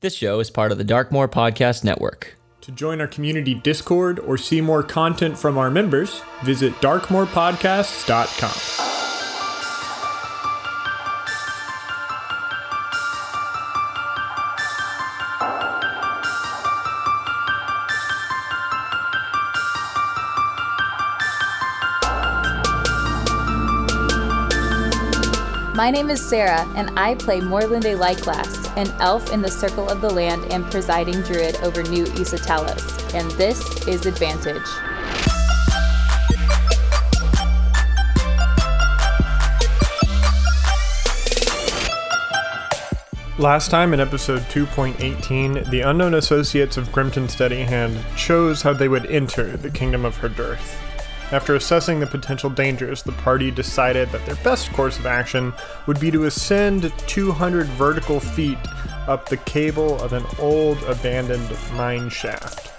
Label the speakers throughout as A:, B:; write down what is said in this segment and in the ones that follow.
A: This show is part of the Darkmoor Podcast Network.
B: To join our community Discord or see more content from our members, visit darkmoorpodcasts.com.
C: My name is Sarah, and I play Morlinde Lightglass, an elf in the Circle of the Land and presiding druid over New Isatalos. And this is Advantage.
B: Last time in episode 2.18, the unknown associates of Grimton Steadyhand chose how they would enter the kingdom of Herdirth. After assessing the potential dangers, the party decided that their best course of action would be to ascend 200 vertical feet up the cable of an old abandoned mine shaft.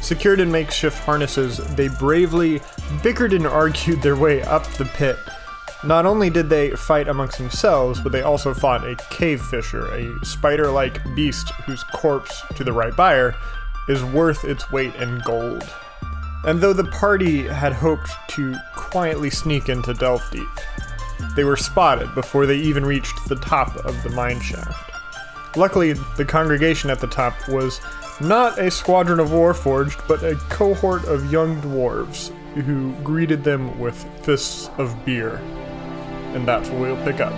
B: Secured in makeshift harnesses, they bravely bickered and argued their way up the pit. Not only did they fight amongst themselves, but they also fought a cave fisher, a spider like beast whose corpse, to the right buyer, is worth its weight in gold. And though the party had hoped to quietly sneak into Delphi, they were spotted before they even reached the top of the mine shaft. Luckily, the congregation at the top was not a squadron of Warforged, but a cohort of young dwarves who greeted them with fists of beer. And that's where we'll pick up.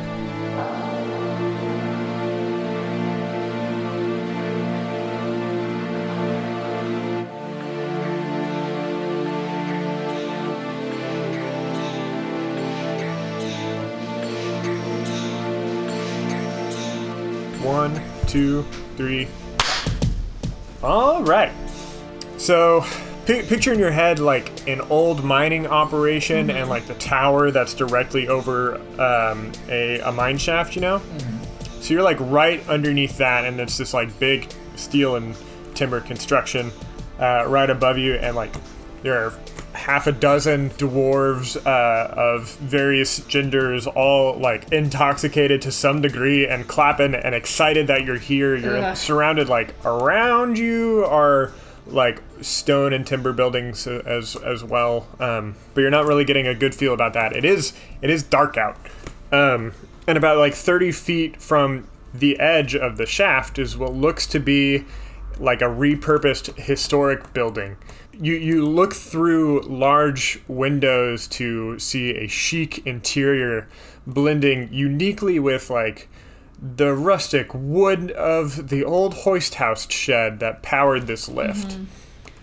B: One, two, three. All right. So, pi picture in your head like an old mining operation and like the tower that's directly over um, a, a mine shaft, you know? So you're like right underneath that, and it's this like big steel and timber construction uh, right above you, and like there are half a dozen dwarves uh, of various genders, all like intoxicated to some degree and clapping and excited that you're here. You're surrounded like around you are like stone and timber buildings uh, as as well, um, but you're not really getting a good feel about that. It is it is dark out. Um, and about like 30 feet from the edge of the shaft is what looks to be like a repurposed historic building. You, you look through large windows to see a chic interior blending uniquely with like the rustic wood of the old hoist house shed that powered this lift.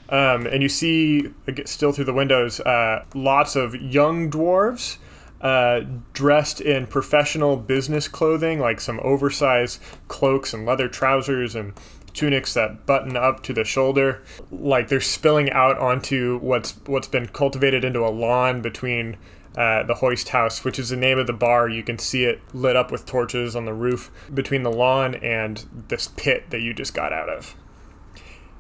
B: Um, and you see, ag- still through the windows, uh, lots of young dwarves uh, dressed in professional business clothing, like some oversized cloaks and leather trousers and tunics that button up to the shoulder. Like they're spilling out onto what's what's been cultivated into a lawn between uh, the Hoist House, which is the name of the bar. You can see it lit up with torches on the roof between the lawn and this pit that you just got out of.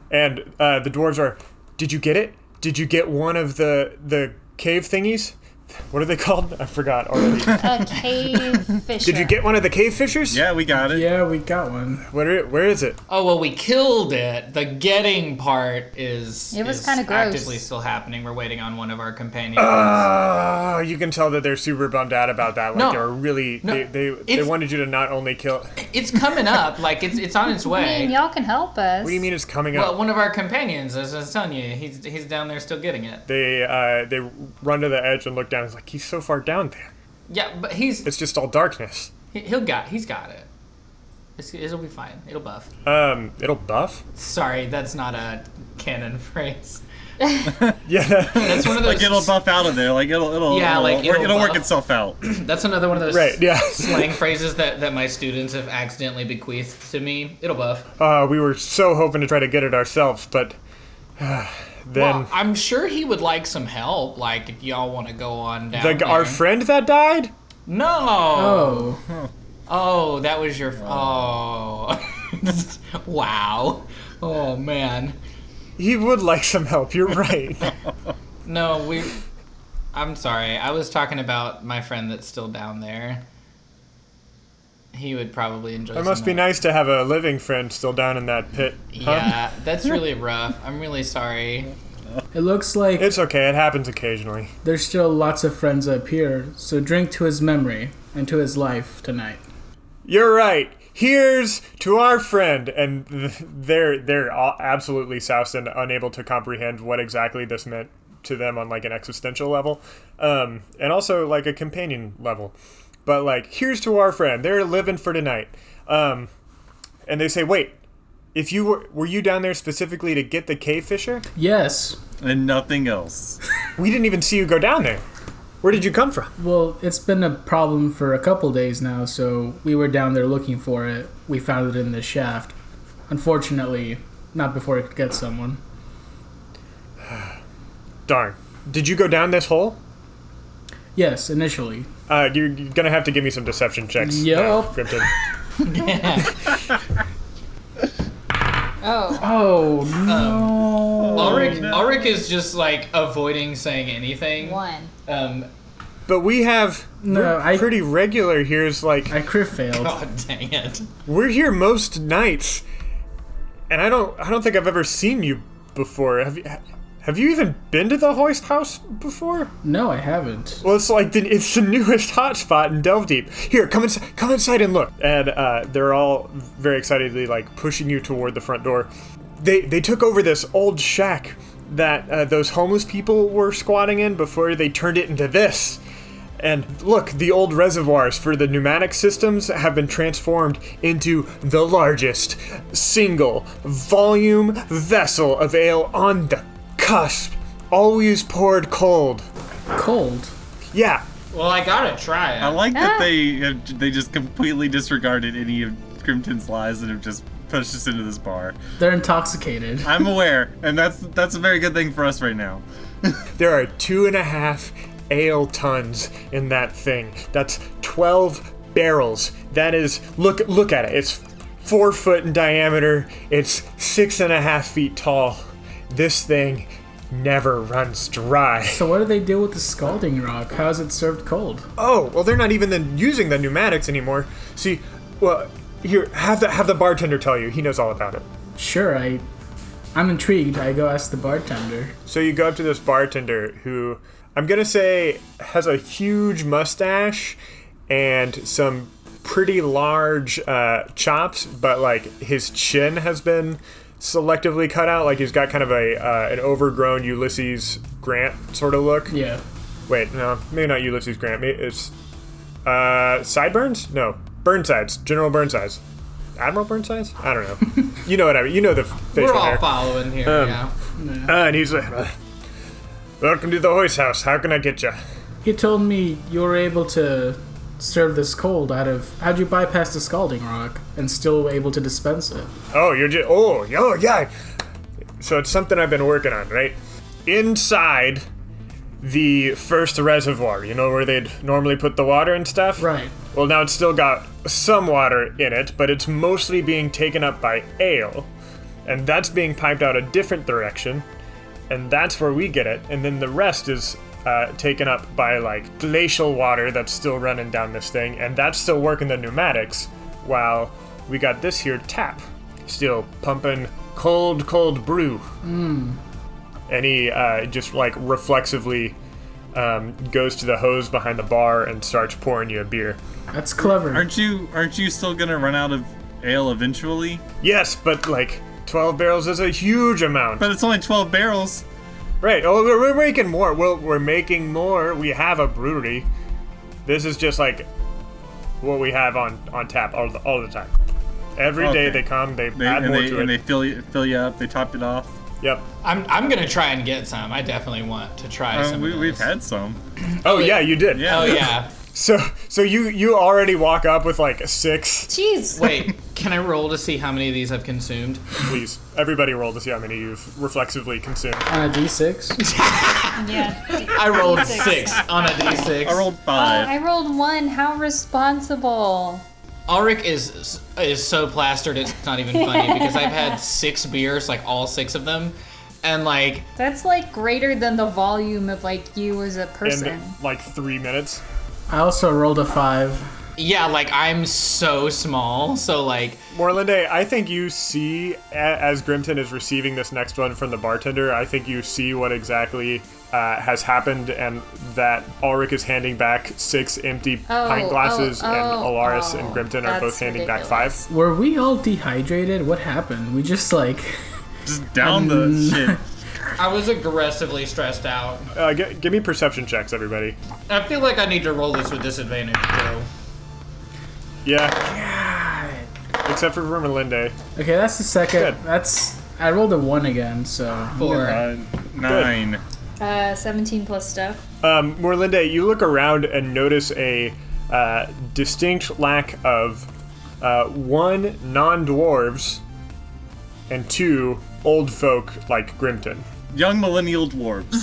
B: And uh, the dwarves are, did you get it? Did you get one of the the cave thingies? What are they called? I forgot already.
D: A cave fisher.
B: Did you get one of the cave fishers?
E: Yeah, we got it.
F: Yeah, we got one.
B: Where where is it?
G: Oh well, we killed it. The getting part is
D: It was
G: is
D: kinda gross.
G: Actively still happening. We're waiting on one of our companions.
B: Oh, you can tell that they're super bummed out about that. Like
G: No.
B: they were really they they, they
G: It's-
B: wanted you to not only kill. What
G: it's coming up. Like it's it's on its
D: I mean,
G: way.
D: y'all can help us. What
B: do you mean it's coming
G: Well,
B: up?
G: one of our companions, as I was telling you, he's he's down there still getting it.
B: they uh, they run to the edge and look down. It's like he's so far down there.
G: Yeah, but he's
B: It's just all darkness.
G: he- he'll got he's got it. It's, it'll be fine. It'll buff.
B: Um, it'll buff.
G: Sorry, that's not a canon phrase.
B: Yeah,
G: That's one of those.
E: Like it'll buff out of there. Like it'll it'll
G: Yeah,
E: it'll,
G: like,
E: work,
G: it'll
E: it'll work
G: buff.
E: itself out.
G: That's another one of those
B: right. Yeah.
G: slang phrases that that my students have accidentally bequeathed to me. It'll buff.
B: Uh, we were so hoping to try to get it ourselves, but uh, then
G: Well, I'm sure he would like some help. Like if y'all want to go on down.
B: the,
G: there.
B: our friend that died.
G: no.
F: Oh,
G: Oh, that was your. F- oh. wow. Oh man.
B: He would like some help. You're right.
G: No, we. I'm sorry. I was talking about my friend that's still down there. He would probably enjoy.
B: It must be nice to have a living friend still down in that pit. huh?
G: Yeah, that's really rough. I'm really sorry.
F: It looks like
B: It's okay, it happens occasionally.
F: there's still lots of friends up here, so drink to his memory and to his life tonight.
B: You're right. Here's to our friend, and th- they're they're all absolutely soused and unable to comprehend what exactly this meant to them on like an existential level, um, and also like a companion level. But like, here's to our friend. They're living for tonight, um, and they say, "Wait, if you were were you down there specifically to get the cave fisher?
F: Yes.
E: and nothing else.
B: We didn't even see you go down there. Where did you come from?"
F: Well, it's been a problem for a couple days now, so we were down there looking for it. We found it in this shaft. Unfortunately, not before it could get someone.
B: Darn. Did you go down this hole?
F: Yes, initially.
B: Uh, you're you're gonna have to give me some deception checks.
F: Yup.
B: now, Grimton.
C: Oh,
F: Oh no.
G: Ulrich, Ulrich is just like avoiding saying anything.
C: one.
G: Um,
B: But we have
F: no, I
B: pretty regular here's like
F: I crit failed.
G: God oh, dang it.
B: we're here most nights and i don't i don't think i've ever seen you before have you have you even been to the hoist house before
F: No, I haven't.
B: well it's like the, it's the newest hotspot in delve deep here come inside come inside and look and uh, they're all very excitedly like pushing you toward the front door they they took over this old shack that uh, those homeless people were squatting in before they turned it into this And look, the old reservoirs for the pneumatic systems have been transformed into the largest single volume vessel of ale on the cusp, always poured cold.
F: Cold.
B: Yeah,
G: Well, I gotta try it.
E: I like that they have, they just completely disregarded any of Grimton's lies and have just pushed us into this bar.
F: They're intoxicated.
E: I'm aware, and that's that's a very good thing for us right now.
B: there are two and a half ale tons in that thing. That's 12 barrels. That is, look, look at it. It's four foot in diameter, it's six and a half feet tall. This thing never runs dry.
F: So what do they do with the scalding rock? How is it served cold?
B: Oh, well, they're not even then using the pneumatics anymore. See, well, here, have the have the bartender tell you. He knows all about it.
F: Sure, I I'm intrigued. I go ask the bartender.
B: So you go up to this bartender who I'm gonna say has a huge mustache and some pretty large uh, chops, but like his chin has been selectively cut out. Like he's got kind of a uh, an overgrown Ulysses Grant sort of look.
F: Yeah.
B: Wait, no, maybe not Ulysses Grant. Maybe it's uh, sideburns? No, Burnsides. General Burnsides. Admiral Burnsides? I don't know. you know what I mean. You know the facial
G: We're all
B: hair.
G: following here. yeah.
B: Uh, and he's like, "Uh, "Welcome to the Hoist House. How can I get you?"
F: He told me you were able to serve this cold out of how'd you bypass the scalding rock and still able to dispense it?
B: Oh, you're just. Oh, yo, yeah. So it's something I've been working on, right? Inside the first reservoir, you know where they'd normally put the water and stuff.
F: Right.
B: Well, now it's still got some water in it, but it's mostly being taken up by ale, and that's being piped out a different direction, and that's where we get it. And then the rest is uh, taken up by like glacial water that's still running down this thing, and that's still working the pneumatics, while we got this here tap still pumping cold, cold brew. And he uh, just like reflexively um, goes to the hose behind the bar and starts pouring you a beer.
F: That's clever.
E: Aren't you aren't you still gonna run out of ale eventually?
B: Yes, but like 12 barrels is a huge amount.
E: But it's only 12 barrels.
B: Right. Oh, we're, we're making more. Well, we're making more. We have a brewery. This is just like what we have on on tap all the, all the time. Every day
E: Okay.
B: they come, they,
E: They,
B: add
E: and
B: more
E: they
B: to
E: and
B: it.
E: they fill you fill you up. They top it off.
B: yep.
G: I'm, I'm gonna try and get some. I definitely want to try
E: Uh,
G: some.
E: we,
G: of
E: we've
G: those.
E: had some.
B: Oh yeah, you did.
E: Yeah.
G: Oh yeah.
B: So so you you already walk up with like six.
D: Jeez.
G: Wait, can I roll to see how many of these I've consumed?
B: Please, everybody roll to see how many you've reflexively consumed.
F: On a Uh, D six?
D: Yeah.
G: I rolled six on a d6.
E: I rolled five.
C: I rolled one. How responsible.
G: Ulrich is is so plastered it's not even funny because I've had six beers, like all six of them, and like
C: That's like greater than the volume of like you as a
B: In
C: person.
B: like three minutes.
F: I also rolled a five.
G: yeah, like I'm so small, so like
B: Morlande, I think you see, a- as Grimton is receiving this next one from the bartender, I think you see what exactly uh, has happened and that Ulrich is handing back six empty
C: Oh,
B: pint glasses
C: oh,
B: and
C: oh,
B: Alaris
C: oh.
B: and Grimton are
C: That's
B: both handing back
C: ridiculous.
B: five.
F: Were we all dehydrated? What happened? We just like
E: Just down
F: Um,
E: the shit.
G: I was aggressively stressed out.
B: Uh, g- give me perception checks, everybody.
G: I feel like I need to roll this with disadvantage though.
B: Yeah, except for Vermilinde.
F: Okay, that's the second.
B: Good.
F: That's I rolled a one again, so
G: Four.
E: Uh, nine.
D: Uh, 17 plus stuff.
B: Um, Morlinde, you look around and notice a uh, distinct lack of uh, one non dwarves and two old folk like Grimton.
E: Young millennial dwarves.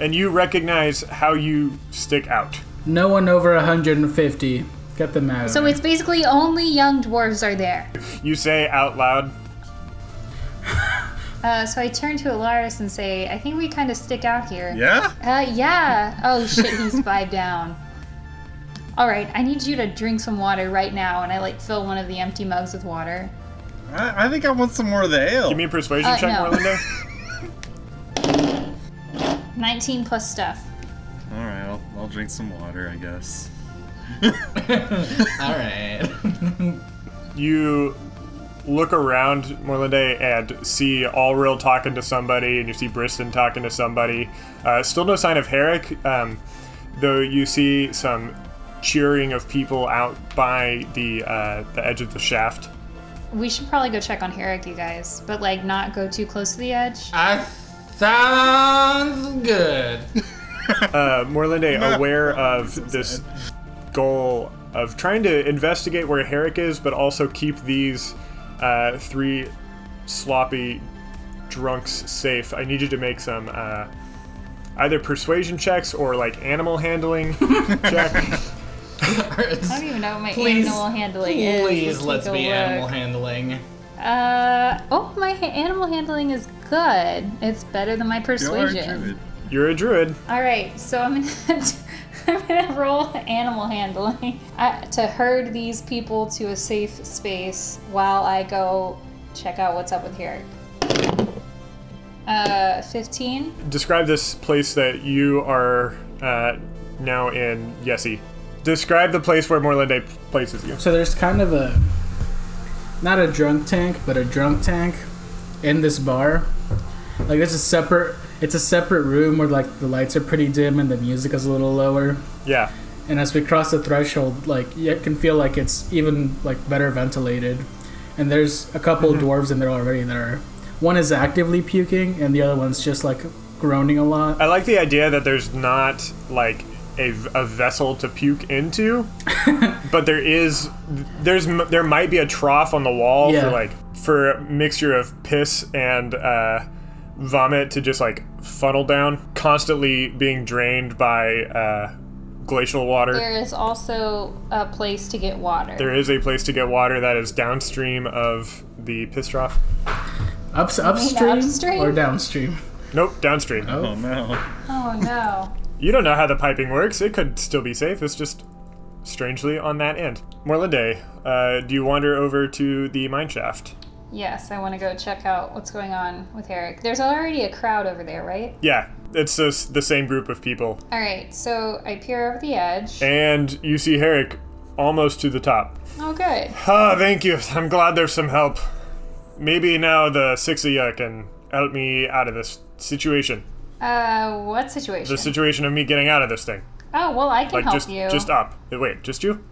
B: And you recognize how you stick out.
F: no one over 150. Get them out. of
D: So
F: there.
D: it's basically only young dwarves are there.
B: You say out loud,
D: Uh, so I turn to Alaris and say, I think we kind of stick out here.
E: Yeah?
D: Uh, yeah. Oh shit, he's five down. All right, I need you to drink some water right now, and I like fill one of the empty mugs with water.
E: I, I think I want some more of the ale.
B: give me a persuasion
D: Uh,
B: check,
D: no.
B: Morlinde.
D: 19 plus stuff.
E: All right, I'll, I'll drink some water, I guess.
G: All right.
B: you look around Morlande and see All Real talking to somebody, and you see Briston talking to somebody. Uh, still no sign of Herrick, um, though you see some cheering of people out by the uh, the edge of the shaft.
D: We should probably go check on Herrick, you guys, but like not go too close to the edge.
G: I sounds good.
B: Uh, Morlande, aware of this goal of trying to investigate where Herrick is, but also keep these uh, three sloppy drunks safe. I need you to make some uh, either persuasion checks or like animal handling check.
D: I don't even know what my
G: Please,
D: animal handling is.
G: Please let's
D: take a
G: be
D: look.
G: animal handling.
D: Uh, oh, my ha- animal handling is good. It's better than my
E: You are a
D: persuasion.
E: druid.
B: You're a druid.
D: All right, so I'm gonna I'm gonna roll animal handling uh, to herd these people to a safe space while I go check out what's up with Herrick. Uh, 15.
B: Describe this place that you are uh, now in, Yessi. Describe the place where Morlande places you.
F: So there's kind of a not a drunk tank, but a drunk tank in this bar. Like there's a separate it's a separate room where like the lights are pretty dim and the music is a little lower.
B: Yeah.
F: And as we cross the threshold, like it can feel like it's even like better ventilated. And there's a couple dwarves in there already that are one is actively puking and the other one's just like groaning a lot.
B: I like the idea that there's not like a, a vessel to puke into, but there is there's m- there might be a trough on the wall
F: Yeah.
B: for like for a mixture of piss and uh, vomit to just like funnel down, constantly being drained by uh, glacial water.
D: There is also a place to get water.
B: there is a place to get water that is downstream of the piss trough.
F: Ups, upstream,
D: upstream?
F: or downstream?
B: Nope, downstream.
E: Oh no.
D: Oh no.
B: You don't know how the piping works. It could still be safe. It's just strangely on that end. Morlinde, uh, do you wander over to the mine shaft?
D: Yes, I want to go check out what's going on with Eric. There's already a crowd over there, right?
B: Yeah, it's just the same group of people.
D: All right, so I peer over the edge.
B: And you see Herrick almost to the top.
D: Oh, good.
B: Ah, thank you. I'm glad there's some help. Maybe now the six of you can help me out of this situation.
D: Uh, what situation?
B: The situation of me getting out of this thing.
D: oh, well, I can
B: Like
D: help
B: just
D: you.
B: just up. Uh, Wait, just you?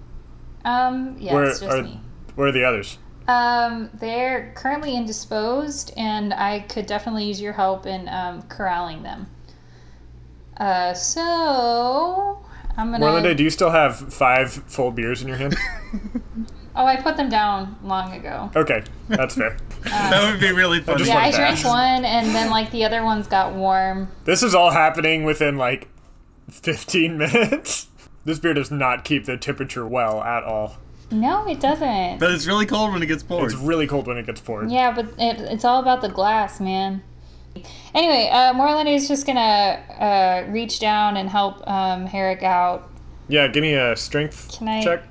D: um, yes,
B: Where
D: just
B: are-
D: me.
B: Where are the others?
D: Um, they're currently indisposed, and I could definitely use your help in um, corralling them. Uh, so I'm gonna.
B: Morlinde, do you still have five full beers in your hand?
D: oh, I put them down long ago.
B: Okay, that's fair.
E: that would be really funny.
B: just
D: Yeah, I
B: like
D: drank
B: that.
D: one, and then like the other ones got warm.
B: This is all happening within like 15 minutes. This beer does not keep the temperature well at all.
D: No, it doesn't.
E: But it's really cold when it gets poured.
B: It's really cold when it gets poured.
D: Yeah, but it, it's all about the glass, man. Anyway, uh, Moreland is just gonna uh, reach down and help um, Herrick out
B: Yeah, give me a strength
D: Can I-
B: check.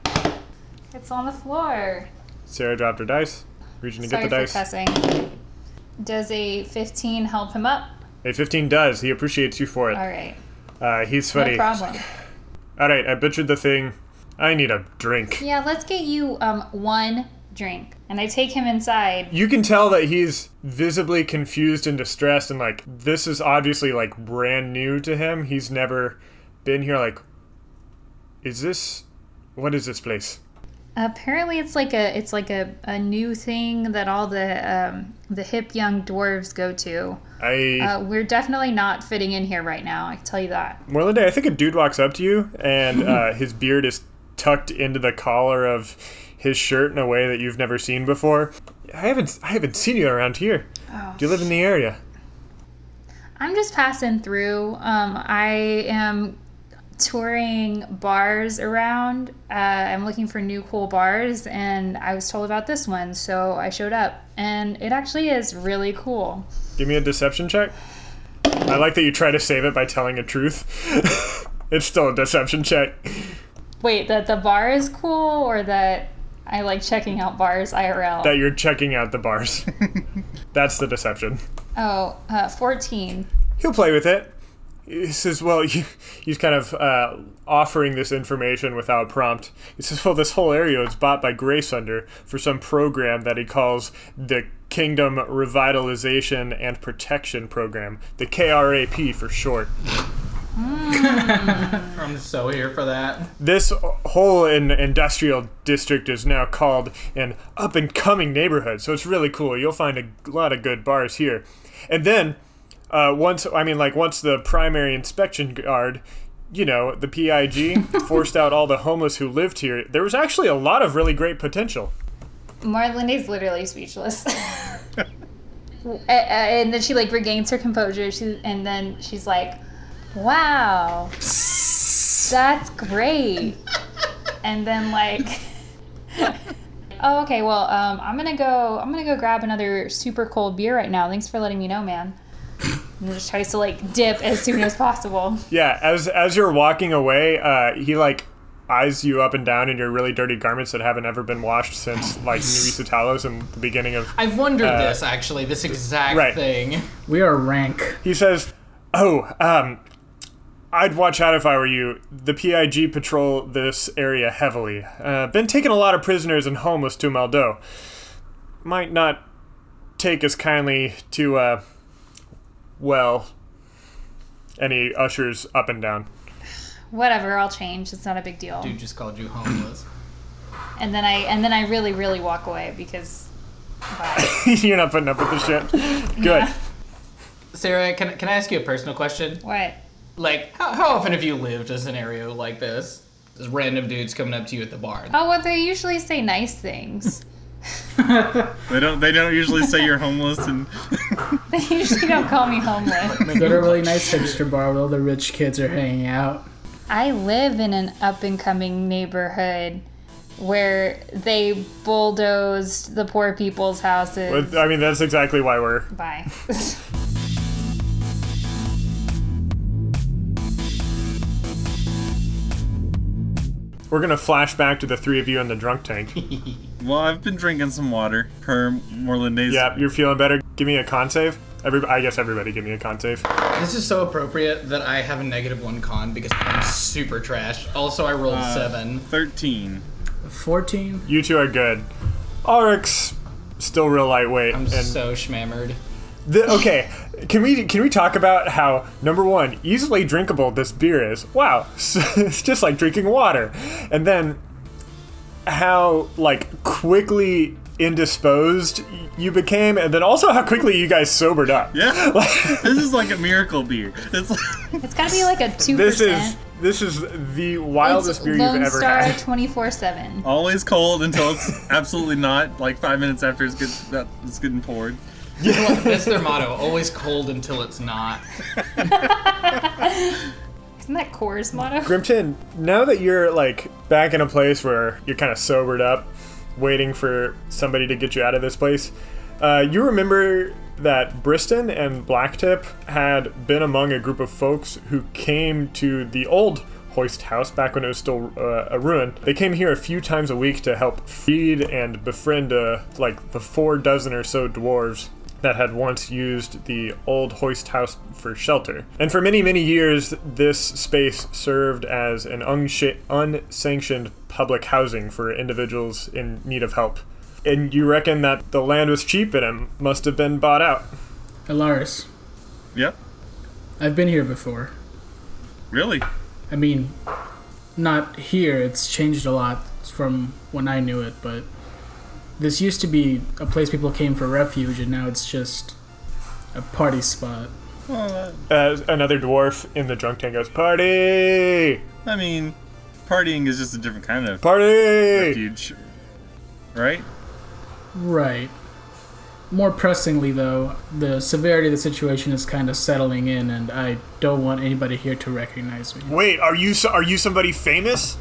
D: It's on the floor.
B: Sarah dropped her dice. Region to get the
D: Sorry for
B: dice.
D: cussing. Does a 15 help him up?
B: A 15 does. He appreciates you for it.
D: All right.
B: Uh, he's
D: No
B: sweaty.
D: problem.
B: All right, I butchered the thing. I need a drink.
D: Yeah, let's get you um one drink. And I take him inside.
B: You can tell that he's visibly confused and distressed, and like this is obviously like brand new to him. He's never been here. Like, is this what is this place?
D: Apparently it's like a it's like a, a new thing that all the um the hip young dwarves go to.
B: I
D: Uh, we're definitely not fitting in here right now. I can tell you that.
B: Moreland, I think a dude walks up to you, and uh, his beard is tucked into the collar of his shirt in a way that you've never seen before. I haven't, I haven't seen you around here. Do you live in the area?
D: I'm just passing through. Um, I am touring bars around. Uh, I'm looking for new cool bars, and I was told about this one, so I showed up. And it actually is really cool.
B: Give me a deception check. I like that you try to save it by telling a truth. it's still a deception check.
D: Wait, that the bar is cool, or that I like checking out bars IRL?
B: That you're checking out the bars. That's the deception.
D: oh, uh, 14.
B: He'll play with it. He says, well, you, he's kind of uh, offering this information without prompt. He says, well, this whole area was bought by Graysunder for some program that he calls the Kingdom Revitalization and Protection Program, the KRAP for short.
G: I'm so here for that.
B: This whole in, industrial district is now called an up and coming neighborhood, so it's really cool. You'll find a lot of good bars here. And then, uh, once I mean, like once the primary inspection guard, you know, the PIG, forced out all the homeless who lived here, there was actually a lot of really great potential.
D: Marlene is literally speechless. W- a- a- and then she like regains her composure. She and then she's like, "Wow, that's great." and then like, "Oh, okay. Well, um, I'm gonna go. I'm gonna go grab another super cold beer right now. Thanks for letting me know, man." And then just tries to like dip as soon as possible.
B: Yeah, as as you're walking away, uh, he like eyes you up and down in your really dirty garments that haven't ever been washed since like New Isutalos and the beginning of
G: I've wondered this actually, this exact
B: Uh, right.
G: thing.
F: We are rank.
B: He says, "Oh, um, I'd watch out if I were you. The PIG patrol this area heavily. Uh, been taking a lot of prisoners and homeless to Maldo. Might not take as kindly to, uh, well." And he ushers up and down.
D: Whatever, I'll change. It's not a big deal.
G: Dude just called you homeless.
D: And then I and then I really really walk away because. Wow.
B: You're not putting up with this shit. Good.
G: Sarah, can, can I ask you a personal question?
D: What?
G: Like, how, how often have you lived a scenario like this? Just random dudes coming up to you at the bar.
D: Oh, well, they usually say nice things.
E: They don't. They don't usually say you're homeless and
D: they usually don't call me homeless.
F: Go to a really nice hipster bar where all the rich kids are hanging out.
D: I live in an up and coming neighborhood where they bulldozed the poor people's houses.
B: But, I mean, that's exactly why we're
D: Bye.
B: we're gonna flash back to the three of you in the drunk tank.
E: well, I've been drinking some water per Morlande's.
B: yeah, you're feeling better. Give me a con save. Every, I guess everybody, give me a con save.
G: This is so appropriate that I have a negative one con because I'm super trash. Also, I rolled
B: Uh,
G: seven.
E: Thirteen.
F: 14?
B: You two are good. Aurix still real lightweight.
G: I'm
B: and
G: so schmammered.
B: the- okay, can we can we talk about how number one easily drinkable this beer is? Wow, so it's just like drinking water, and then how like quickly indisposed y- you became, and then also how quickly you guys sobered up.
E: Yeah. this is like a miracle beer. It's like,
D: It's gotta be like a 2%.
B: This is this is the wildest
D: it's
B: beer
D: Lone
B: you've ever
D: Star
B: had.
D: 24 7.
E: always cold until it's absolutely not. Like five minutes after it's good, that it's getting poured.
G: That's their motto always cold until it's not.
D: Isn't that Core's motto?
B: Grimton, now that you're like back in a place where you're kind of sobered up, waiting for somebody to get you out of this place, uh, you remember that Briston and Blacktip had been among a group of folks who came to the old Hoist House back when it was still uh, a ruin. They came here a few times a week to help feed and befriend uh, like the four dozen or so dwarves that had once used the old hoist house for shelter. And for many, many years, this space served as an unsha- unsanctioned public housing for individuals in need of help. And you reckon that the land was cheap and it must have been bought out.
F: Alaris,
E: Yep.
F: I've been here before.
E: Really?
F: I mean, not here. It's changed a lot from when I knew it, but this used to be a place people came for refuge, and now it's just a party spot.
B: As another dwarf in the drunk tank goes, Party!
E: I mean, partying is just a different kind of
B: Party!
E: refuge, right?
F: Right. More pressingly, though, the severity of the situation is kind of settling in, and I don't want anybody here to recognize me.
B: Wait, are you so- are you somebody famous?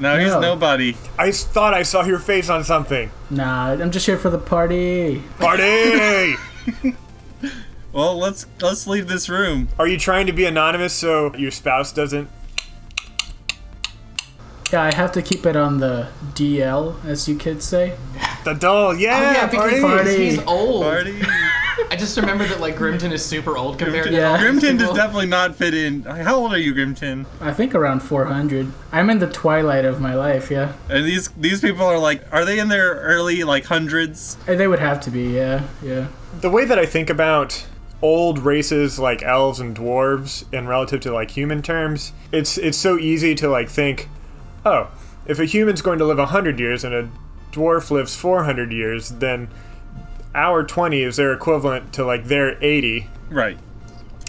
E: No, he's
F: No.
E: nobody.
B: I s- thought I saw your face on something.
F: Nah, I'm just here for the party.
B: Party!
E: Well, let's let's leave this room.
B: are you trying to be anonymous so your spouse doesn't?
F: Yeah, I have to keep it on the DL, as you kids say.
B: The doll, yeah,
G: Oh, yeah,
B: party.
G: because
F: Party.
G: he's, he's old.
E: Party.
G: I just remember that like Grimton is super old compared to
F: Yeah.
G: all these
E: Grimton does
G: people.
E: definitely not fit in. How old are you, Grimton?
F: I think around 400. I'm in the twilight of my life, yeah.
E: And these these people are like, are they in their early like hundreds?
F: Uh, They would have to be, yeah, yeah.
B: the way that I think about old races like elves and dwarves in relative to like human terms, it's it's so easy to like think, oh, if a human's going to live 100 years and a dwarf lives 400 years, then our 20 is their equivalent to like their 80.
E: Right.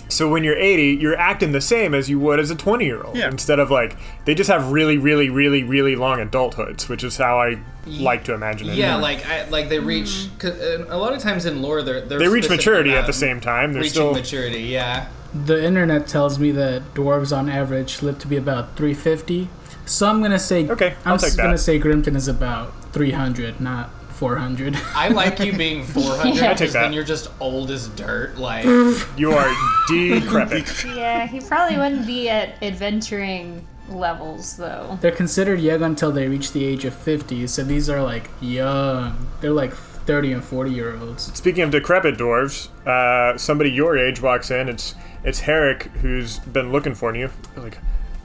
B: So when you're 80, you're acting the same as you would as a 20 year old.
E: Yeah.
B: Instead of like, they just have really, really, really, really long adulthoods, which is how I like to imagine it.
G: Yeah, like I, like they reach. Cause, uh, a lot of times in lore, they're, they're
B: they reach
G: specific
B: maturity at
G: about
B: the same time. They're
G: Reaching
B: still.
G: maturity, yeah.
F: The internet tells me that dwarves on average live to be about 350. So I'm gonna say
B: Okay, I'll
F: I'm
B: take
F: just gonna
B: that.
F: say Grimton is about 300, not 400.
G: I like you being 400
D: Yeah, I take
G: because then
B: that.
G: you're just old as dirt. Like,
B: you are decrepit.
D: Yeah, he probably wouldn't be at adventuring levels though.
F: They're considered young until they reach the age of 50. So these are like young. They're like 30 and 40 year olds.
B: Speaking of decrepit dwarves, uh, somebody your age walks in. It's it's Herrick who's been looking for you. He's like,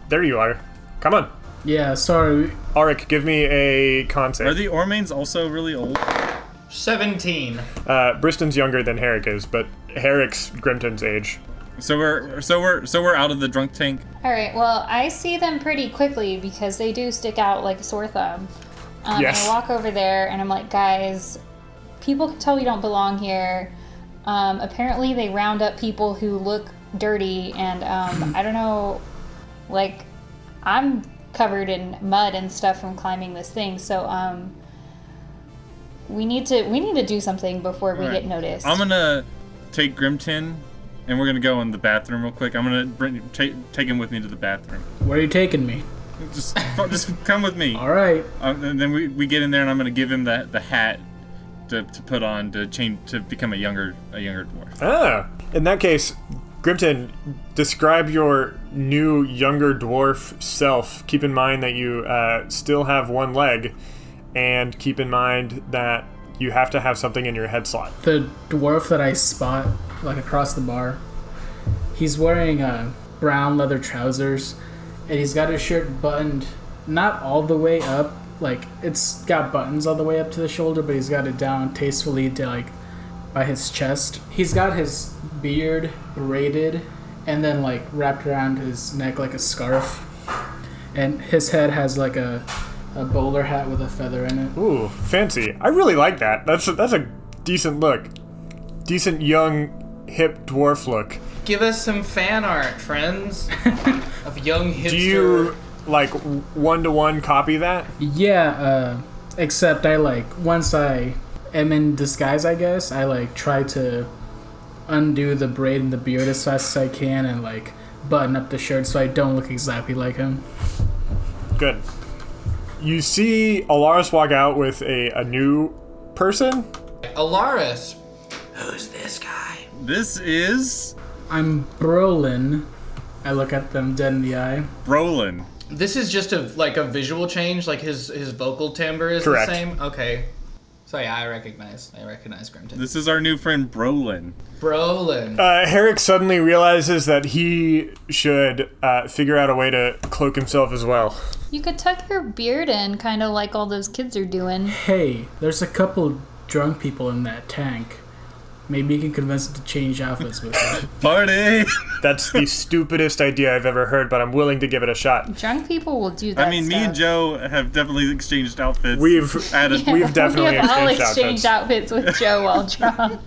B: there you are. Come on,
F: Yeah, sorry.
B: Auric, give me a con
E: Are
B: save.
E: the Ormains also really old?
G: 17.
B: uh, Briston's younger than Herrick is, but Herrick's Grimton's age.
E: So we're so we're so we're out of the drunk tank.
D: All right. Well, I see them pretty quickly because they do stick out like a sore thumb. Um,
B: Yes.
D: And I walk over there and I'm like, guys, people can tell we don't belong here. Um, apparently, they round up people who look dirty, and um, I don't know, like, I'm covered in mud and stuff from climbing this thing, so um, we need to we need to do something before we
E: All right.
D: get noticed.
E: I'm gonna take Grimton, and we're gonna go in the bathroom real quick. I'm gonna bring, take take him with me to the bathroom.
F: Where are you taking me?
E: Just just come with me.
F: All right.
E: Um, and then we, we get in there, and I'm gonna give him the the hat to, to put on to change to become a younger a younger dwarf.
B: Ah, in that case, Grimton, describe your new younger dwarf self. Keep in mind that you uh, still have one leg, and keep in mind that you have to have something in your head slot.
F: The dwarf that I spot like across the bar, he's wearing uh, brown leather trousers, and he's got his shirt buttoned not all the way up. Like it's got buttons all the way up to the shoulder, but he's got it down tastefully to like by his chest. He's got his beard braided and then like wrapped around his neck like a scarf. And his head has like a, a bowler hat with a feather in it.
B: Ooh, fancy. I really like that. That's a, that's a decent look. Decent young hip dwarf look.
G: Give us some fan art, friends, of young hipster.
B: Do you like one to one copy that?
F: Yeah, uh, except I like once I am in disguise, I guess I like try to undo the braid and the beard as fast as I can, and like button up the shirt so I don't look exactly like him.
B: Good. You see Alaris walk out with a, a new person.
G: Alaris. Who's this guy?
E: This is
F: I'm Brolin, I look at them dead in the eye.
E: Brolin.
G: This is just a like a visual change. Like his his vocal timbre is
B: Correct.
G: the same. Okay. So yeah, I recognize. I recognize Grimton.
E: This is our new friend Brolin.
G: Brolin.
B: Uh, Herrick suddenly realizes that he should uh, figure out a way to cloak himself as well.
D: You could tuck your beard in, kind of like all those kids are doing.
F: Hey, there's a couple drunk people in that tank. Maybe you can convince them to change outfits with it.
E: Party!
B: That's the stupidest idea I've ever heard, but I'm willing to give it a shot.
D: Drunk people will do that.
E: I mean, me and
D: stuff.
E: Joe have definitely exchanged outfits.
B: We've
E: added.
B: we've definitely
D: We have all
B: exchanged
D: exchanged
B: outfits.
D: outfits with Joe while drunk.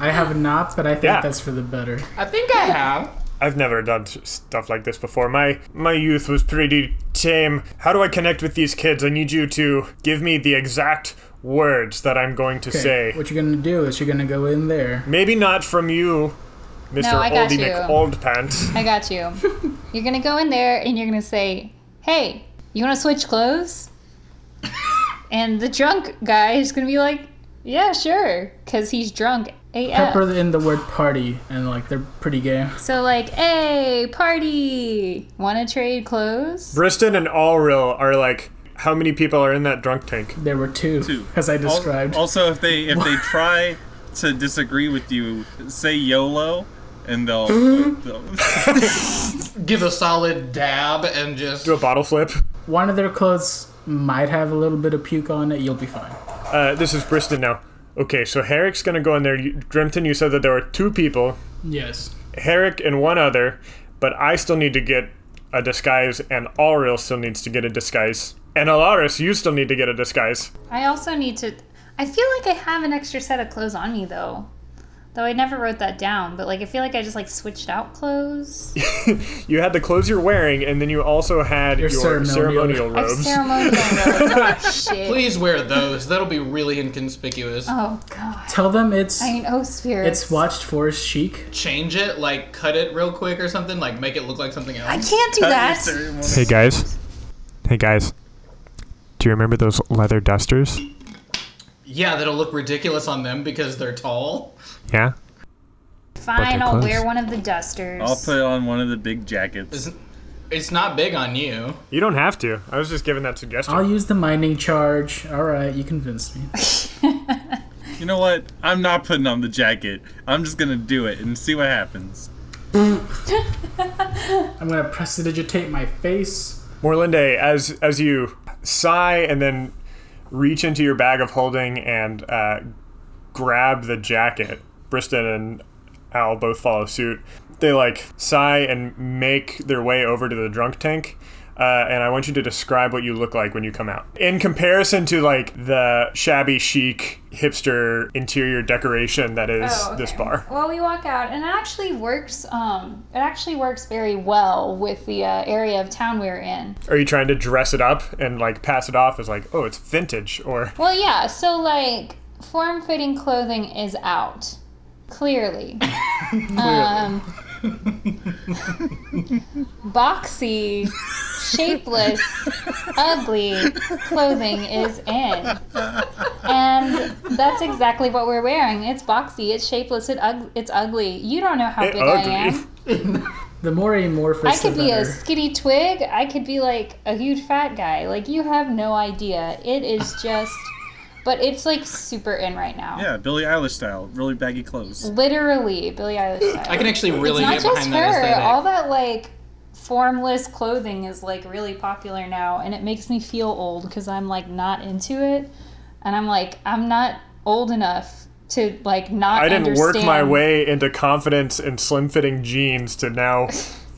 F: I have not, but I think
B: Yeah.
F: that's for the better.
G: I think I have.
B: I've never done s- stuff like this before. My my youth was pretty tame. How do I connect with these kids? I need you to give me the exact words that I'm going to
F: Okay,
B: say.
F: what you're gonna do is you're gonna go in there.
B: Maybe not from you, Mr.
D: I got
B: Oldie
D: you.
B: McOld Pants.
D: I got you. You're gonna go in there and you're gonna say, "Hey, you wanna switch clothes?" And the drunk guy is gonna be like, "Yeah, sure," because he's drunk AF.
F: Pepper in the word party, and like they're pretty gay.
D: So like, "Hey, party! Wanna trade clothes?"
B: Briston and Allreal are like, how many people are in that drunk tank?
F: There were two,
E: Two.
F: as I
E: Al-
F: described.
E: Also, if they if they try to disagree with you, say YOLO, and they'll. they'll-
G: Give a solid dab and just.
B: Do a bottle flip.
F: One of their clothes might have a little bit of puke on it. You'll be fine.
B: Uh, this is Briston now. Okay, so Herrick's gonna go in there. You- Grimton, you said that there were two people,
F: Yes.
B: Herrick and one other, but I still need to get a disguise, and Allreal still needs to get a disguise. And Alaris, you still need to get a disguise.
D: I also need to. I feel like I have an extra set of clothes on me though. Though I never wrote that down, but like I feel like I just like switched out clothes.
B: You had the clothes you're wearing, and then you also had your,
F: Your ceremonial-
B: ceremonial
D: I have
B: robes.
D: ceremonial robes. Oh, shit.
G: Please wear those. That'll be really inconspicuous.
D: Oh god.
F: Tell them it's
D: I know spirits.
F: it's watched for chic.
G: Change it, like cut it real quick or something, like make it look like something
D: I
G: else.
D: can't do that.
B: Hey guys. Hey guys. Do you remember those leather dusters?
G: Yeah, that'll look ridiculous on them because they're tall.
B: Yeah?
D: Fine,
B: they're
D: I'll
B: close.
D: wear one of the dusters.
E: I'll put on one of the big jackets.
G: It's, it's not big on you.
B: You don't have to. I was just giving that suggestion.
F: I'll use the mining charge. All right, you convinced me.
E: You know what? I'm not putting on the jacket. I'm just gonna do it and see what happens.
F: I'm gonna press the digitate my face.
B: Morlinde, as as you sigh and then reach into your bag of holding and uh, grab the jacket, Briston and Al both follow suit. They like sigh and make their way over to the drunk tank. Uh, and I want you to describe what you look like when you come out. In comparison to like the shabby chic hipster interior decoration that is
D: Oh, okay.
B: this bar.
D: Well, we walk out, and it actually works. Um, it actually works very well with the uh, area of town we're in.
B: Are you trying to dress it up and like pass it off as like, oh, it's vintage or
D: Well, yeah. So like, form-fitting clothing is out, clearly. um, boxy, shapeless, ugly clothing is in, and that's exactly what we're wearing. It's boxy. It's shapeless. It ug- It's ugly. You don't know how
B: It
D: big
B: ugly.
D: I am.
F: The more amorphous,
D: I could
F: the
D: be a
F: better.
D: skinny twig. I could be like a huge fat guy. Like you have no idea. It is just, but it's like super in right now.
E: Yeah, Billie Eilish style, really baggy clothes.
D: Literally, Billie Eilish.
G: I
D: Style.
G: can actually
D: It's
G: really
D: not
G: get behind
D: just
G: that
D: her.
G: aesthetic.
D: All that like formless clothing is like really popular now, and it makes me feel old because I'm like not into it, and I'm like I'm not old enough to like not.
B: I didn't work my
D: understand.
B: way into confidence in slim fitting jeans to now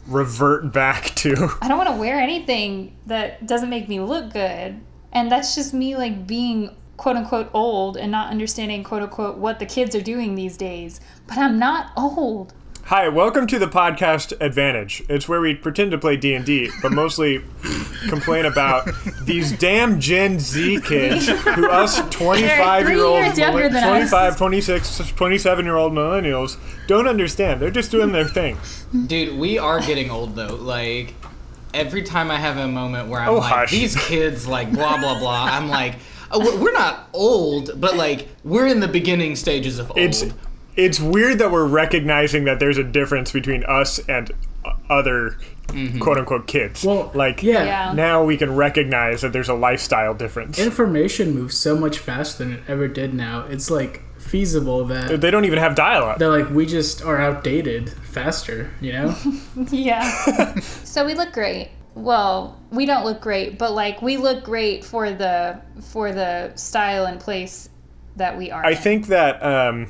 B: revert back to.
D: I don't want to wear anything that doesn't make me look good. And that's just me like being quote unquote old and not understanding quote unquote what the kids are doing these days. But I'm not old.
B: Hi, welcome to the podcast Advantage. It's where we pretend to play D and D, but mostly complain about these damn Gen Z kids who us 25 year old
D: years younger than us.
B: 25 26 27 year old millennials don't understand. They're just doing their thing.
G: Dude, we are getting old though. Like every time I have a moment where I'm
B: Oh,
G: like,
B: hush.
G: these kids, like blah blah blah. I'm uh, like, oh, we're- we're not old, but like we're in the beginning stages of old.
B: It's it's weird that we're recognizing that there's a difference between us and uh, other quote unquote kids.
F: Mm-hmm. Well,
B: like
F: yeah,
D: Yeah.
B: now we can recognize that there's a lifestyle difference.
F: information moves so much faster than it ever did. Now it's like feasible that
B: they don't even have dialogue.
F: they're like we just are outdated faster. You know,
D: Yeah. so we look great. Well, we don't look great, but like we look great for the for the style and place that we are.
B: I
D: in.
B: think that um,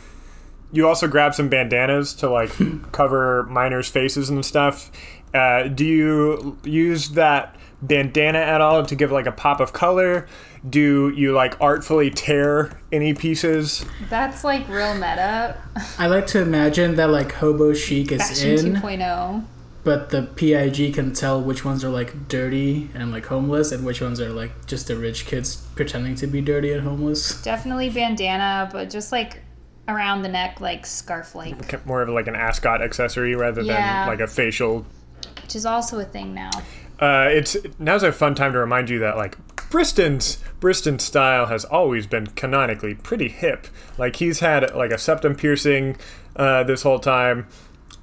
B: you also grab some bandanas to like cover miners' faces and stuff. Uh, do you use that bandana at all to give like a pop of color? Do you like artfully tear any pieces?
D: that's like real meta
F: I like to imagine that like hobo chic is
D: fashion oh.
F: in.
D: 2.0.
F: but the PIG can tell which ones are like dirty and like homeless and which ones are like just the rich kids pretending to be dirty and homeless.
D: Definitely bandana, but just like around the neck, like scarf like,
B: More of like an ascot accessory rather
D: Yeah.
B: than like a facial.
D: which is also a thing now.
B: Uh, it's now's a fun time to remind you that like Briston's Briston style has always been canonically pretty hip. Like he's had like a septum piercing uh, this whole time.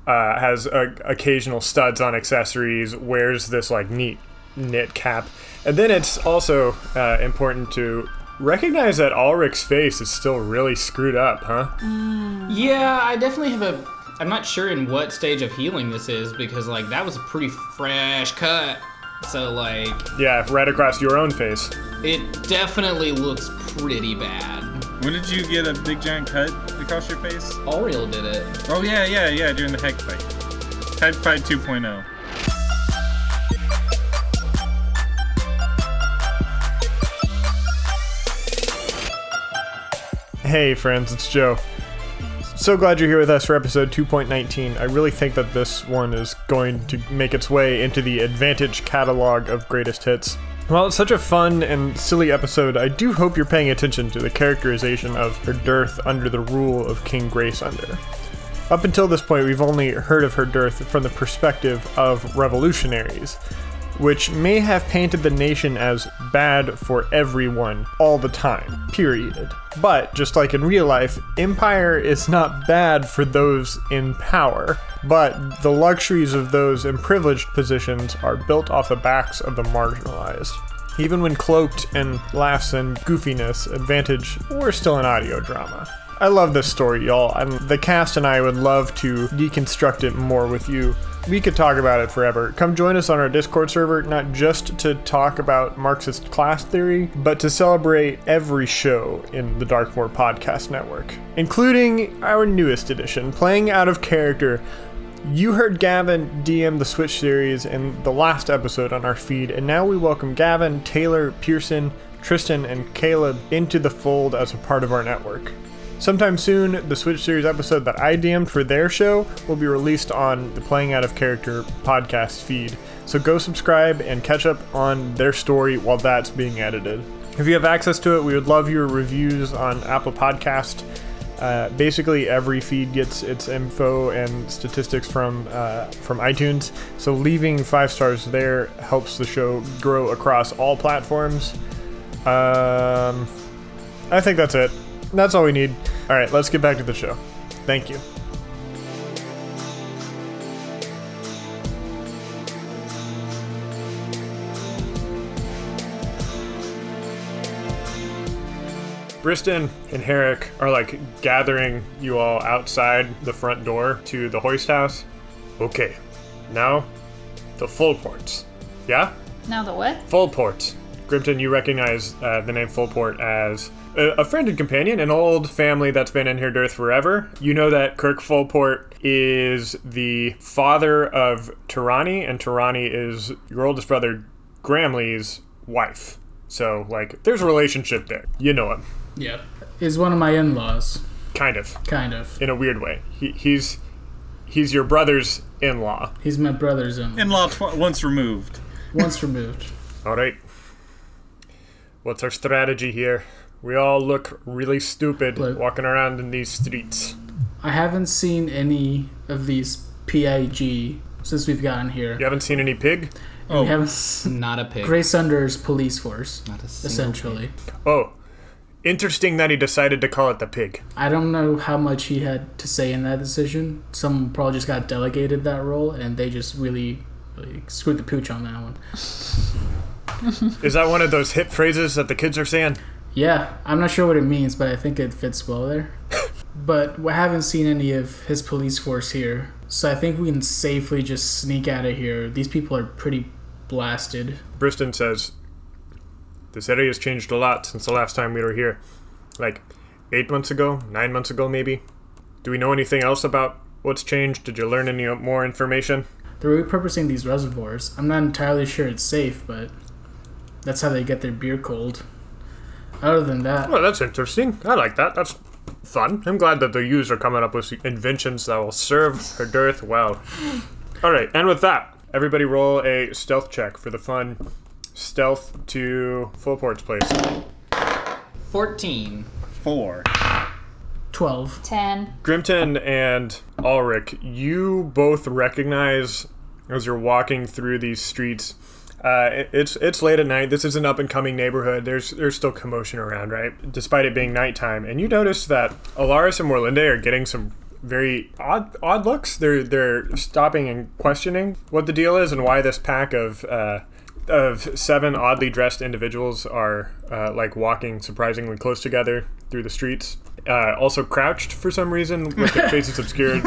B: uh, has uh occasional studs on accessories, wears this like neat knit cap. And then it's also uh, important to recognize that Ulrich's face is still really screwed up, huh?
G: Yeah, I definitely have a. I'm not sure in what stage of healing this is because like that was a pretty fresh cut. So like
B: Yeah, right across your own face.
G: it definitely looks pretty bad.
E: When did you get a big giant cut across your face?
G: Oriel did it.
E: Oh yeah, yeah, yeah, during the heck fight. Heck fight oh. 2.0.
B: Hey, friends, it's Joe. So glad you're here with us for episode 2.19. I really think that this one is going to make its way into the Advantage catalog of greatest hits. While it's such a fun and silly episode, I do hope you're paying attention to the characterization of her dearth under the rule of King Grace under. Up until this point, we've only heard of her dearth from the perspective of revolutionaries, which may have painted the nation as bad for everyone all the time, period. But, just like in real life, empire is not bad for those in power, but the luxuries of those in privileged positions are built off the backs of the marginalized. Even when cloaked in laughs and goofiness, advantage, we're still an audio drama. I love this story, y'all. I'm, the cast and I would love to deconstruct it more with you. We could talk about it forever. Come join us on our Discord server, not just to talk about Marxist class theory, but to celebrate every show in the Darkmoor Podcast Network, including our newest edition, Playing Out of Character, you heard Gavin DM the Switch series in the last episode on our feed, and now we welcome Gavin, Taylor, Pearson, Tristan, and Caleb into the fold as a part of our network. Sometime soon, the Switch series episode that I DM'd for their show will be released on the Playing Out of Character podcast feed, so go subscribe and catch up on their story while that's being edited. If you have access to it, we would love your reviews on Apple Podcast. Uh, basically, every feed gets its info and statistics from uh, from iTunes. So leaving five stars there helps the show grow across all platforms. Um, I think that's it. That's all we need. All right, let's get back to the show. Thank you. Briston and Herrick are like gathering you all outside the front door to the hoist house. Okay, now the full ports. Yeah?
D: Now the what?
B: Fullport. Grimton, you recognize uh, the name Fullport as a, a friend and companion, an old family that's been in Hirdirth forever. You know that Kirk Fullport is the father of Tarani, and Tarani is your oldest brother, Gramley's wife. So, like, there's a relationship there. You know him,
F: Yeah, is one of my in-laws,
B: kind of,
F: kind of.
B: in a weird way. He, he's he's your brother's in-law.
F: He's my brother's in
E: In law tw- once removed.
F: once removed.
B: All right. What's our strategy here? We all look really stupid
F: Look.
B: walking around in these streets.
F: I haven't seen any of these PIG since we've gotten here.
B: You haven't seen any pig?
F: We haven't. s-
G: Not a pig.
F: Grace Under's police force,
G: Not a single
F: essentially.
B: Oh, Interesting that he decided to call it the pig.
F: I don't know how much he had to say in that decision. Someone probably just got delegated that role, and they just really, really screwed the pooch on that one.
B: Is that one of those hip phrases that the kids are saying?
F: Yeah, I'm not sure what it means, but I think it fits well there. but we haven't seen any of his police force here, so I think we can safely just sneak out of here. These people are pretty blasted.
B: Briston says, This area has changed a lot since the last time we were here. Like, eight months ago, nine months ago, maybe. Do we know anything else about what's changed? Did you learn any more information?
F: They're repurposing these reservoirs. I'm not entirely sure it's safe, but that's how they get their beer cold. Other than that,
B: Well, Oh, that's interesting. I like that. That's fun. I'm glad that the youths are coming up with inventions that will serve her dearth well. All right, and with that, everybody roll a stealth check for the fun stealth to full ports, please.
G: 14.
E: Four.
F: 12.
D: 10.
B: Grimton and Ulrich, you both recognize as you're walking through these streets. Uh, it- it's it's late at night. This is an up and coming neighborhood. There's there's still commotion around, right? Despite it being nighttime, and you notice that Alaris and Morlinde are getting some very odd odd looks. They're they're stopping and questioning what the deal is and why this pack of uh, of seven oddly dressed individuals are uh, like walking surprisingly close together through the streets. Uh, also crouched for some reason with their faces obscured.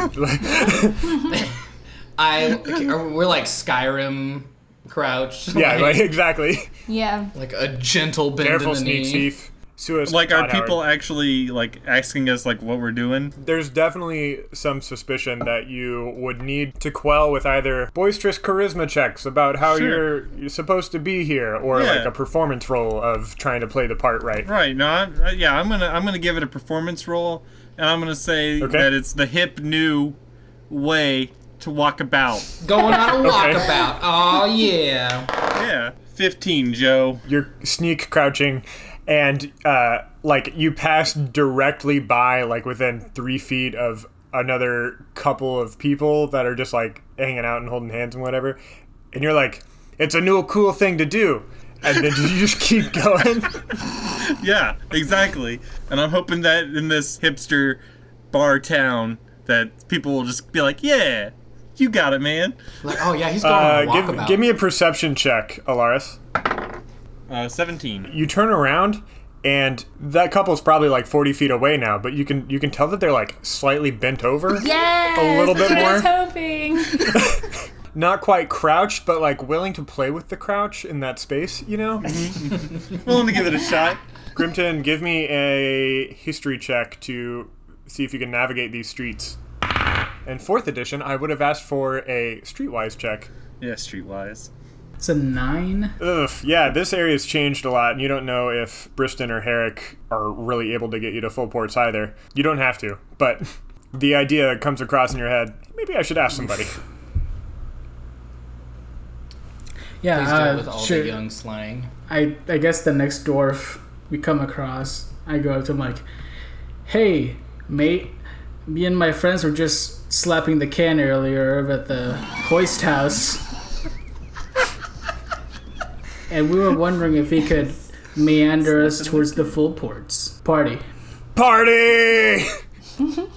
G: I are- we're like Skyrim crouched.
B: yeah, like, exactly.
D: Yeah.
G: like a gentle bend
B: Careful,
G: in the
B: sneak
G: knee.
B: thief. Sue us,
E: Like, are
B: Todd Howard.
E: people actually like asking us like what we're doing?
B: There's definitely some suspicion that you would need to quell with either boisterous charisma checks about how
E: Sure.
B: you're, you're supposed to be here, or
E: Yeah.
B: like a performance role of trying to play the part right.
E: Right. No. I, I- yeah. I'm gonna I'm gonna give it a performance role, and I'm gonna say
B: Okay.
E: that it's the hip new way to walk about.
G: Going on a walkabout. Oh yeah.
E: Yeah. Fifteen, Joe.
B: You're sneak crouching, and uh, like you pass directly by, like within three feet of another couple of people that are just like hanging out and holding hands and whatever, and you're like, it's a new cool thing to do. And then you just keep going.
E: Yeah. Exactly. And I'm hoping that in this hipster bar town that people will just be like, yeah, you got it, man.
G: Like oh yeah, he's going
B: Uh,
G: on a walkabout.
B: give, give me a perception check, Alaris.
E: Uh, Seventeen.
B: You turn around, and that couple's probably like forty feet away now, but you can you can tell that they're like slightly bent over,
D: Yes.
B: A little
D: that's
B: bit
D: what I was
B: more.
D: hoping.
B: not quite crouched, but like willing to play with the crouch in that space. You know,
E: Willing to give it a shot.
B: Grimton, give me a history check to see if you can navigate these streets. And fourth edition, I would have asked for a streetwise check.
E: Yeah. Streetwise.
F: It's a 9.
B: Ugh, yeah, this area's changed a lot, and you don't know if Briston or Herrick are really able to get you to full ports either. You don't have to, but the idea comes across in your head. Maybe I should ask somebody.
F: Yeah,
G: He's
F: uh,
G: dealt with all
F: sure.
G: the young slang.
F: I I guess the next dwarf we come across, I go up to him like, "Hey, mate, me and my friends were just slapping the can earlier over at the hoist house, and we were wondering if he could meander us towards the full ports party."
B: Party!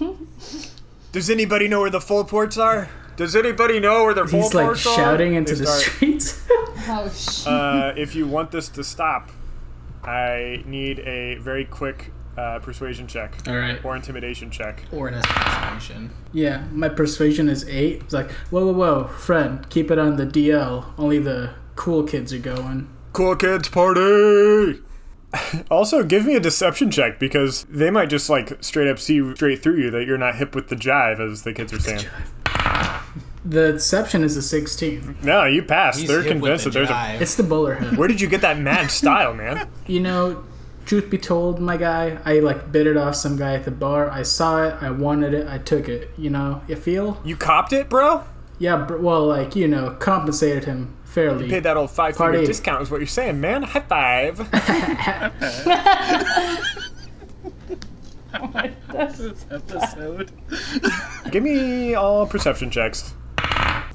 B: Does anybody know where the full ports are? Does anybody know where the full
F: He's like
B: ports are?
F: shouting into
B: They
F: the
B: start-
F: streets.
D: Oh, sh-
B: uh, if you want this to stop, I need a very quick uh, persuasion check
F: All right.
B: or intimidation check.
G: Or an assassination.
F: Yeah, my persuasion is eight. It's like, whoa, whoa, whoa, friend, keep it on the DL. Only the cool kids are going.
B: Cool kids party. also, give me a deception check because they might just like straight up see straight through you that you're not hip with the jive, as the kids are saying.
F: The deception is a 16.
B: No, you passed.
G: He's
B: They're
G: hip with
B: convinced
G: the
B: that there's a.
G: jive.
F: It's the bowler hat.
B: Where did you get that mad style, man?
F: You know, truth be told, my guy, I like bit it off some guy at the bar. I saw it, I wanted it, I took it. You know, you feel?
B: You copped it, bro.
F: Yeah, br- well, like, you know, compensated him fairly.
B: Paid that old five figure
F: Party.
B: discount is what you're saying, man. High five.
E: This episode.
B: give me all perception checks.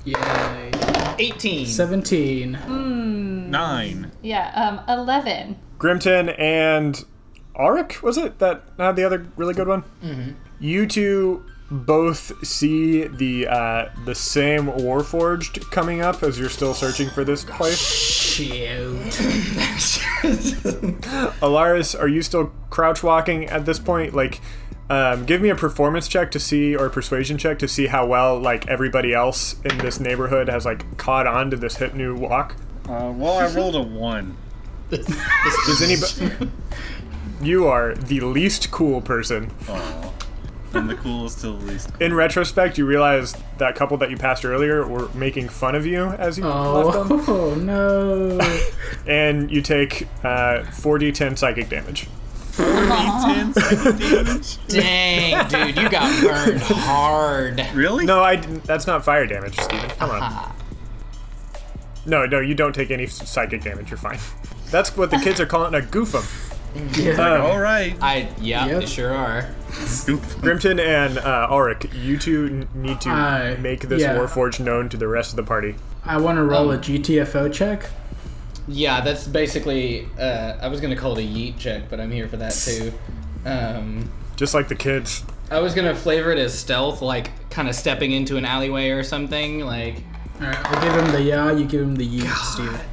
F: Yay.
G: 18.
F: 17.
E: Nine.
D: yeah. Um. Eleven.
B: Grimton and Auric, was it that had the other really good one? Mm-hmm. You two both see the uh, the same Warforged coming up as you're still searching for this place.
G: Shoot.
B: Alaris, are you still crouch walking at this point? Like, um, give me a performance check to see or persuasion check to see how well like everybody else in this neighborhood has like caught on to this hip new walk.
E: Uh, well, I rolled a one.
B: Does anybody? you are the least cool person.
E: Aw. From the coolest to the least.
B: In retrospect, you realize that couple that you passed earlier were making fun of you as you left them,
F: Oh, no.
B: and you take uh, 4d10 psychic damage.
E: Ten psychic damage?
G: Dang, dude, you got burned hard.
E: Really?
B: No, I didn't. That's not fire damage, Steven. Come on. No, no, you don't take any psychic damage. You're fine. That's what the kids are calling a goofum.
E: All right.
G: I yeah,
F: Yep.
G: they sure are.
E: Goop.
B: Grimton and uh, Auric, you two n- need to
F: I-
B: make this
F: yeah.
B: Warforge known to the rest of the party.
F: I want to roll a
G: Um.
F: GTFO check.
G: Yeah, that's basically. Uh, I was gonna call it a yeet check, but I'm here for that too. Um,
B: Just like the kids.
G: I was gonna flavor it as stealth, like kind of stepping into an alleyway or something. Like,
F: All right, I'll give him the yeah, you give him the yeet, Steve.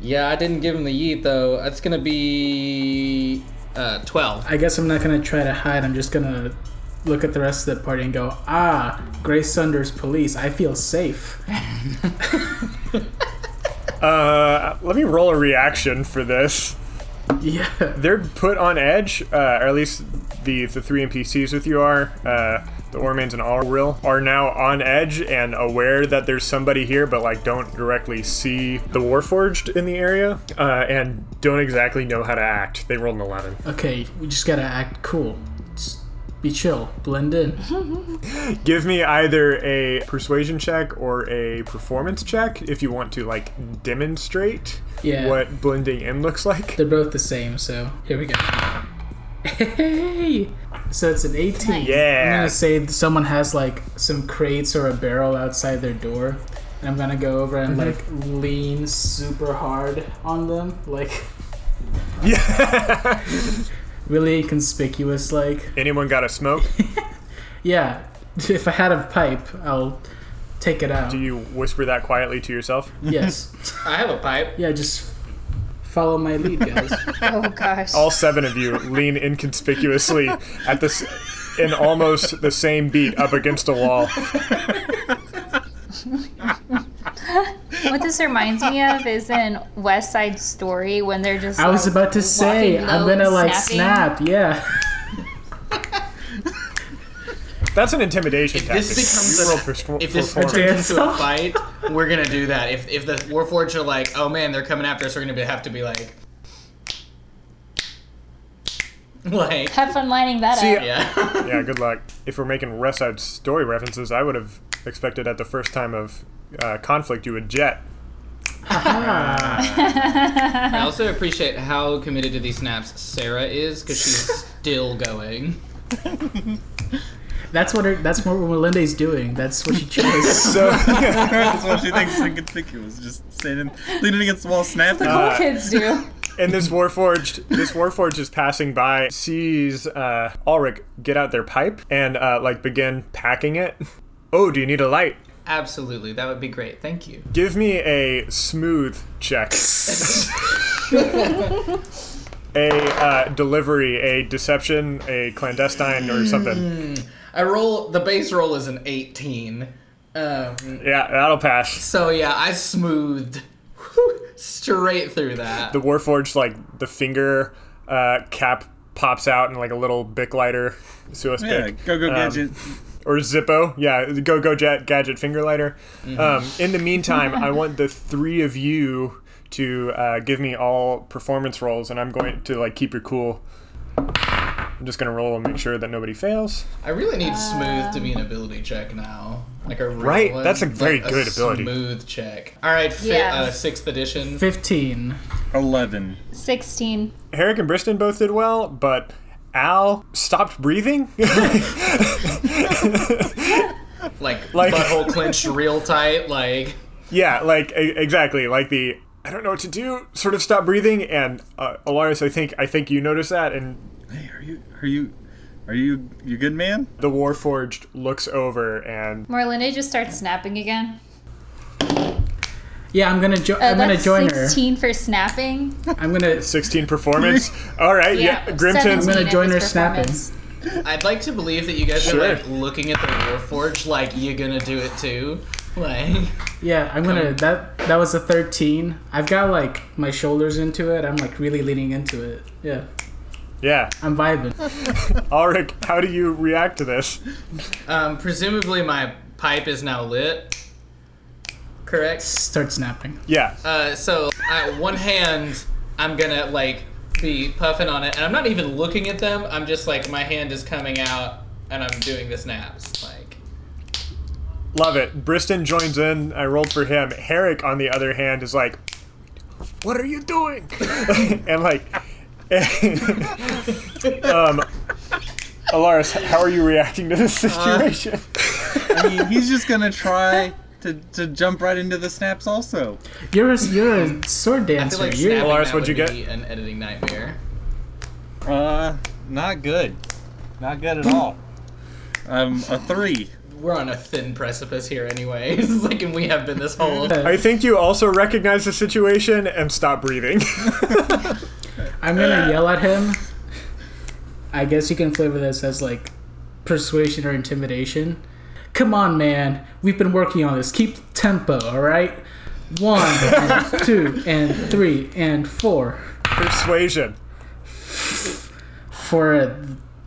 G: yeah, I didn't give him the yeet though. That's gonna be uh, twelve.
F: I guess I'm not gonna try to hide. I'm just gonna look at the rest of the party and go, ah, Grace Sunders police. I feel safe.
B: Uh, let me roll a reaction for this.
F: Yeah.
B: they're put on edge, uh, or at least the the three NPCs with you are. Uh, the Ormans and Allrill are now on edge and aware that there's somebody here, but like don't directly see the Warforged in the area, uh, and don't exactly know how to act. They rolled an eleven.
F: Okay, we just gotta act cool. Just be chill. Blend in.
B: Give me either a persuasion check or a performance check if you want to like demonstrate
F: Yeah.
B: what blending in looks like.
F: They're both the same, so here we go. Hey! So it's an 18. I'm
B: Yeah.
F: gonna say that someone has like some crates or a barrel outside their door, and I'm gonna go over and
B: Mm-hmm.
F: like lean super hard on them, like
B: Yeah.
F: really conspicuous, like
B: Anyone got a smoke?
F: yeah. If I had a pipe, I'll take it out.
B: Do you whisper that quietly to yourself?
F: yes.
G: I have a pipe.
F: Yeah, just follow my lead, guys.
D: Oh gosh.
B: all seven of you lean inconspicuously at this in almost the same beat up against a wall.
D: What this reminds me of is in West Side Story when they're just.
F: I was
D: like,
F: about to say
D: walking
F: I'm
D: low,
F: gonna like
D: snapping.
F: snap. Yeah.
B: That's an intimidation
G: If
B: tactic.
G: this becomes
B: you
G: a-
B: roll perspo-
G: If this
B: performance.
G: turns into a
F: Dance-off.
G: fight, we're gonna do that. If if the Warforged are like, oh man, they're coming after us, we're gonna be, have to be like, like,
D: Have fun lining that
B: See,
D: up.
G: yeah.
B: yeah, good luck. If we're making West Side Story references, I would have expected at the first time of uh, conflict you would jet.
G: I also appreciate how committed to these snaps Sarah is because she's still going.
F: That's what her, that's what Melinda's doing. That's what she chose.
B: So
E: That's what she thinks inconspicuous. Just standing, leaning against the wall,
B: Uh,
E: snapping.
D: Cool kids do.
B: and this warforged this warforged is passing by sees uh ulrich get out their pipe and uh like begin packing it oh do you need a light
G: Absolutely, that would be great. Thank you.
B: Give me a smooth check. a uh, delivery, a deception, a clandestine, or something.
G: I roll the base roll is an eighteen. Um,
B: Yeah, that'll pass.
G: so yeah, I smoothed whew, straight through that.
B: The Warforged, like the finger uh, cap pops out and like a little bic lighter, Suis
E: Yeah,
B: Bic.
E: go go
B: Um,
E: gadget.
B: or Zippo. Yeah, go go jet gadget finger lighter. Um, in the meantime, I want the three of you to uh, give me all performance rolls, and I'm going to like keep your cool. I'm just gonna roll and make sure that nobody fails.
G: I really need smooth to be an ability check now. Like a real
B: Right,
G: one,
B: that's a very
G: like
B: good ability.
G: Smooth check. All right, fi-
D: Yes.
G: uh, sixth edition.
F: Fifteen.
E: Eleven.
D: 16.
B: Herrick and Briston both did well, but Al stopped breathing.
G: Like,
B: Like-
G: butthole clenched real tight. Like
B: yeah, like e- exactly like the I don't know what to do. Sort of stop breathing, and uh, Alaris, I think I think you notice that, and
E: Hey, are you are you are you you good man?
B: the Warforged looks over and
D: Morlinda just starts snapping again.
F: Yeah, I'm gonna jo-
D: Uh,
F: I'm gonna
D: that's
F: join her.
D: 16 for snapping.
F: I'm gonna
B: 16 performance. All right, yeah, Grimton.
D: 17
F: I'm gonna
D: at
F: join
D: his
F: her snapping.
D: performance.
G: I'd like to believe that you guys
B: Sure.
G: are like looking at the Warforge like you're gonna do it too. Like
F: yeah, I'm gonna that that was a 13. I've got like my shoulders into it. I'm like really leaning into it. Yeah,
B: Yeah,
F: I'm vibing.
B: Ulrich, how do you react to this?
G: um presumably my pipe is now lit. Correct?
F: Start snapping.
B: Yeah,
G: Uh so I, one hand I'm gonna like be puffing on it and I'm not even looking at them, I'm just like my hand is coming out and I'm doing the snaps. Like
B: love it. Briston joins in. I rolled for him. Herrick, on the other hand, is like, "What are you doing?" and like, um, Alaris, how are you reacting to this situation?
E: I mean, he's just gonna try to to jump right into the snaps also.
F: You're a, you're a sword
G: I feel
F: dancer.
G: like
F: you're
G: snapping
B: Lars,
G: that
B: what'd
G: would
B: you
G: be an editing nightmare.
E: Uh, not good. Not good at all. Um, a three.
G: We're on a thin precipice here anyway. It's like and we have been this whole
B: I think you also recognize the situation and stop breathing.
F: I'm gonna yell at him. I guess you can flavor this as like persuasion or intimidation. Come on, man. We've been working on this. Keep tempo, all right? One, and two, and three, and four.
B: Persuasion.
F: For a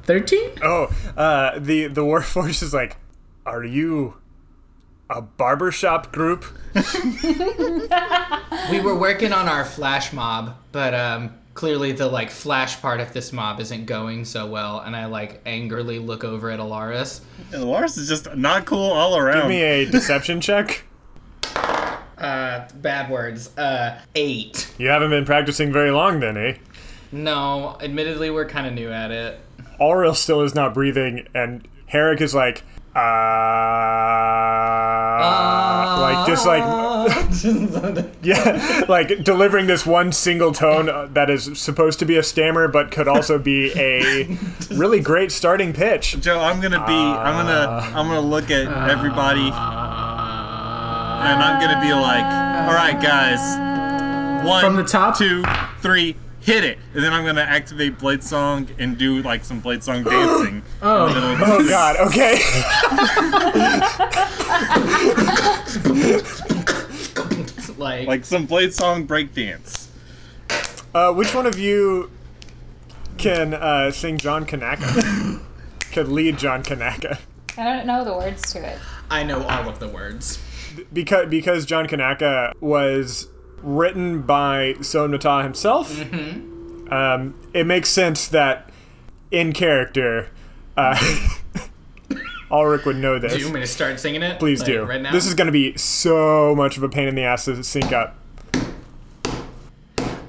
F: 13?
B: Oh, uh, the the Warforged is like, are you a barbershop group?
G: We were working on our flash mob, but um, clearly the like flash part of this mob isn't going so well, and I like angrily look over at Alaris.
E: And Lars is just not cool all around.
B: Give me a deception check.
G: Uh, bad words. Uh, eight.
B: You haven't been practicing very long, then, eh?
G: No, admittedly we're kind of new at it.
B: Aurel still is not breathing, and Herrick is like, uh,
G: Uh,
B: like just like yeah, like delivering this one single tone uh, that is supposed to be a stammer, but could also be a really great starting pitch.
E: Joe, I'm gonna be. I'm gonna. I'm gonna look at everybody, and I'm gonna be like, "All right, guys, one,
F: From the top?
E: two, three, hit it!" And then I'm gonna activate Blade Song and do like some Blade Song dancing.
F: Oh.
E: in the middle of
B: Oh
E: this.
B: God, okay.
G: Like,
E: Like some Blade Song breakdance.
B: Uh, which one of you can uh, sing John Kanaka? Could lead John Kanaka
D: I don't know the words to it.
G: I know all of the words.
B: because because John Kanaka was written by Son Mata himself.
G: Mm-hmm.
B: Um, it makes sense that in character, uh, Ulrich would know this.
G: Do you want me to start singing it?
B: Please
G: Like,
B: do.
G: right now.
B: This is going to be so much of a pain in the ass to sync up.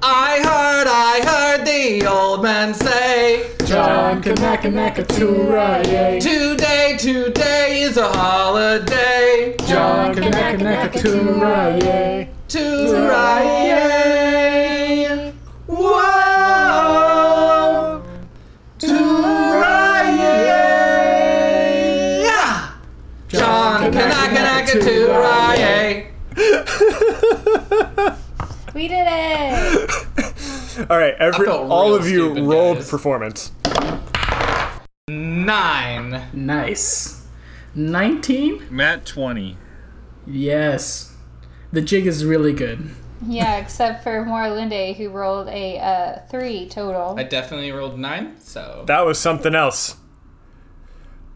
G: I heard, I heard the old man say,
F: John Kanaka Naka Turaya.
G: today, today is a holiday.
F: John Kanaka Naka Turaya.
G: to Ryan. Whoa, to Ryan. Yeah. John, can I, can I get to Ryan?
D: We did it!
B: All right, every
G: felt
B: all
G: real
B: of you
G: stupid,
B: rolled
G: guys.
B: performance.
G: Nine.
F: Nice. 19?
E: Matt twenty.
F: Yes. The jig is really good.
D: yeah, except for Morlinda, who rolled a uh, three total.
G: I definitely rolled nine, so.
B: That was something else.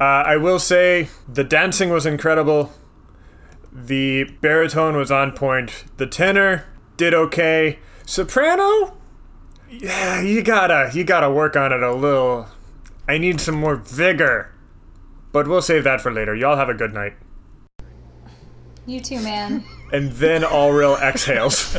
B: Uh, I will say the dancing was incredible. The baritone was on point. The tenor did okay. Soprano, yeah, you gotta you gotta work on it a little. I need some more vigor. But we'll save that for later. Y'all have a good night.
D: you too, man.
B: And then all real exhales.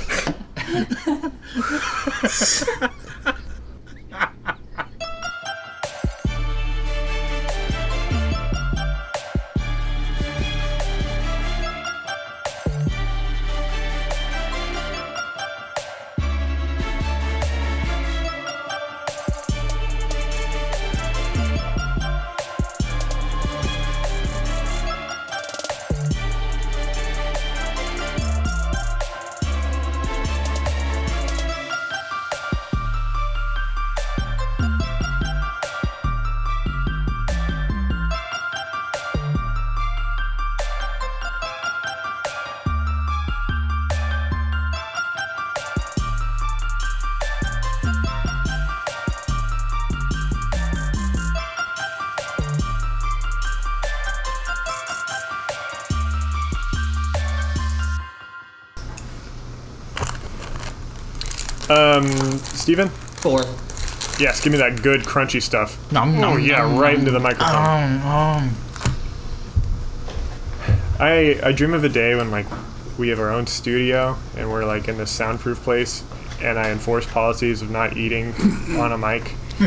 B: Um, Steven?
G: Four.
B: Yes, give me that good crunchy stuff.
E: Nom,
B: Oh
E: nom,
B: yeah,
E: nom, Um,
B: right into the microphone.
E: nom, nom.
B: I I dream of a day when like we have our own studio and we're like in this soundproof place, and I enforce policies of not eating on a mic.
G: so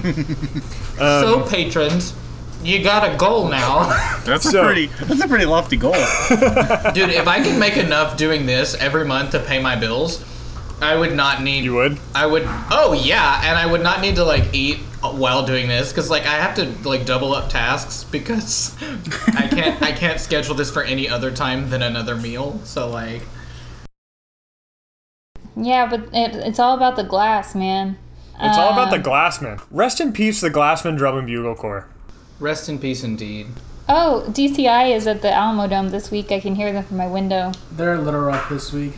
B: Uh-huh.
G: patrons, you got a goal now,
E: That's
B: So-
E: a pretty. That's a pretty lofty goal.
G: dude. If I could make enough doing this every month to pay my bills, I would not need.
B: You would?
G: I would. Oh yeah, and I would not need to like eat while doing this because like I have to like double up tasks because I can't I can't schedule this for any other time than another meal. So like.
D: Yeah, but it, it's all about the glass, man.
B: It's all about the Glassman. Rest in peace, the Glassman Drum and Bugle Corps.
G: Rest in peace, indeed.
D: Oh, DCI is at the Alamo Dome this week. I can hear them from my window.
F: They're at Little Rock this week.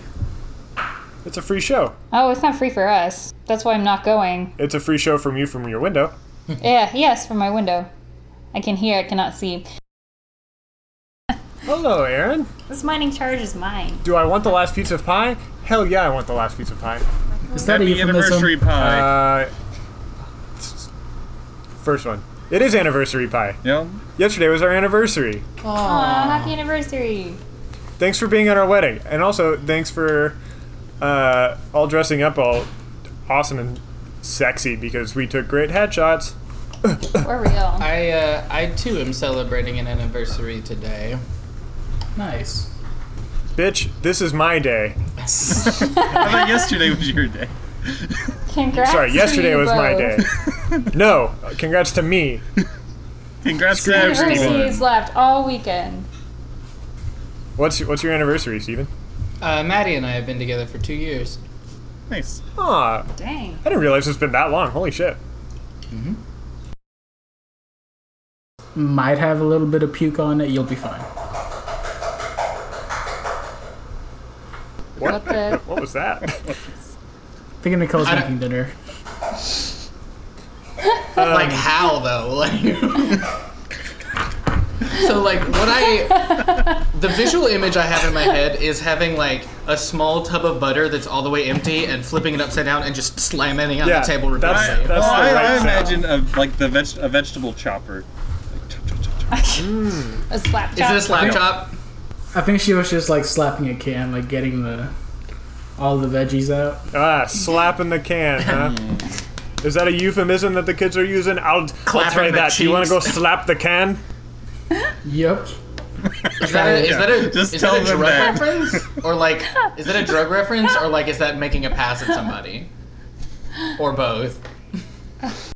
B: It's a free show.
D: Oh, it's not free for us. That's why I'm not going.
B: It's a free show from you from your window.
D: yeah, yes, from my window. I can hear, I cannot see.
B: Hello, Aaron.
D: This mining charge is mine.
B: Do I want the last piece of pie? Hell yeah, I want the last piece of pie.
F: Is that a
E: Happy anniversary
F: euphemism?
E: pie.
B: Uh, first one. It is anniversary pie.
E: Yeah.
B: Yesterday was our anniversary.
D: Aw, happy anniversary.
B: Thanks for being at our wedding, and also thanks for uh, all dressing up all awesome and sexy because we took great headshots.
D: We're real.
G: I uh, I too am celebrating an anniversary today.
F: Nice.
B: Bitch, this is my day.
E: I thought yesterday was your day.
D: Congrats.
B: Sorry,
D: to
B: yesterday
D: you
B: was my
D: both.
B: day. No, congrats to me.
E: Congrats to everyone.
D: Anniversaries left all weekend.
B: What's what's your anniversary, Steven?
G: Uh, Maddie and I have been together for two years.
E: Nice.
B: Aw,
D: Dang.
B: Ah, I didn't realize it's been that long. Holy shit.
F: Might have a little bit of puke on it. You'll be fine.
D: What the?
B: What was that?
F: Thinking Nicole's
G: I don't-
F: making dinner.
G: like how though? Like So like what I the visual image I have in my head is having like a small tub of butter that's all the way empty and flipping it upside down and just slamming it on
B: Yeah,
G: the table
B: that's-
G: repeatedly.
B: that's-
E: Well, I,
B: the right
E: I
B: sound.
E: imagine a, like the veg- a vegetable chopper. Like, chop, chop, chop, chop.
D: A slap
G: is
D: chop.
G: this laptop?
F: I think she was just like slapping a can, like getting the all the veggies out.
B: Ah, slap in the can, huh? Is that a euphemism that the kids are using? I'll, I'll
G: Clapping
B: try
G: the
B: that. Do you want to go
G: cheeks.
B: slap the can?
F: Yep.
G: Is that a, is that a,
E: Just
G: is
E: tell
G: that a
E: them
G: drug
E: that.
G: reference? Or like is that a drug reference or like is that making a pass at somebody? Or both?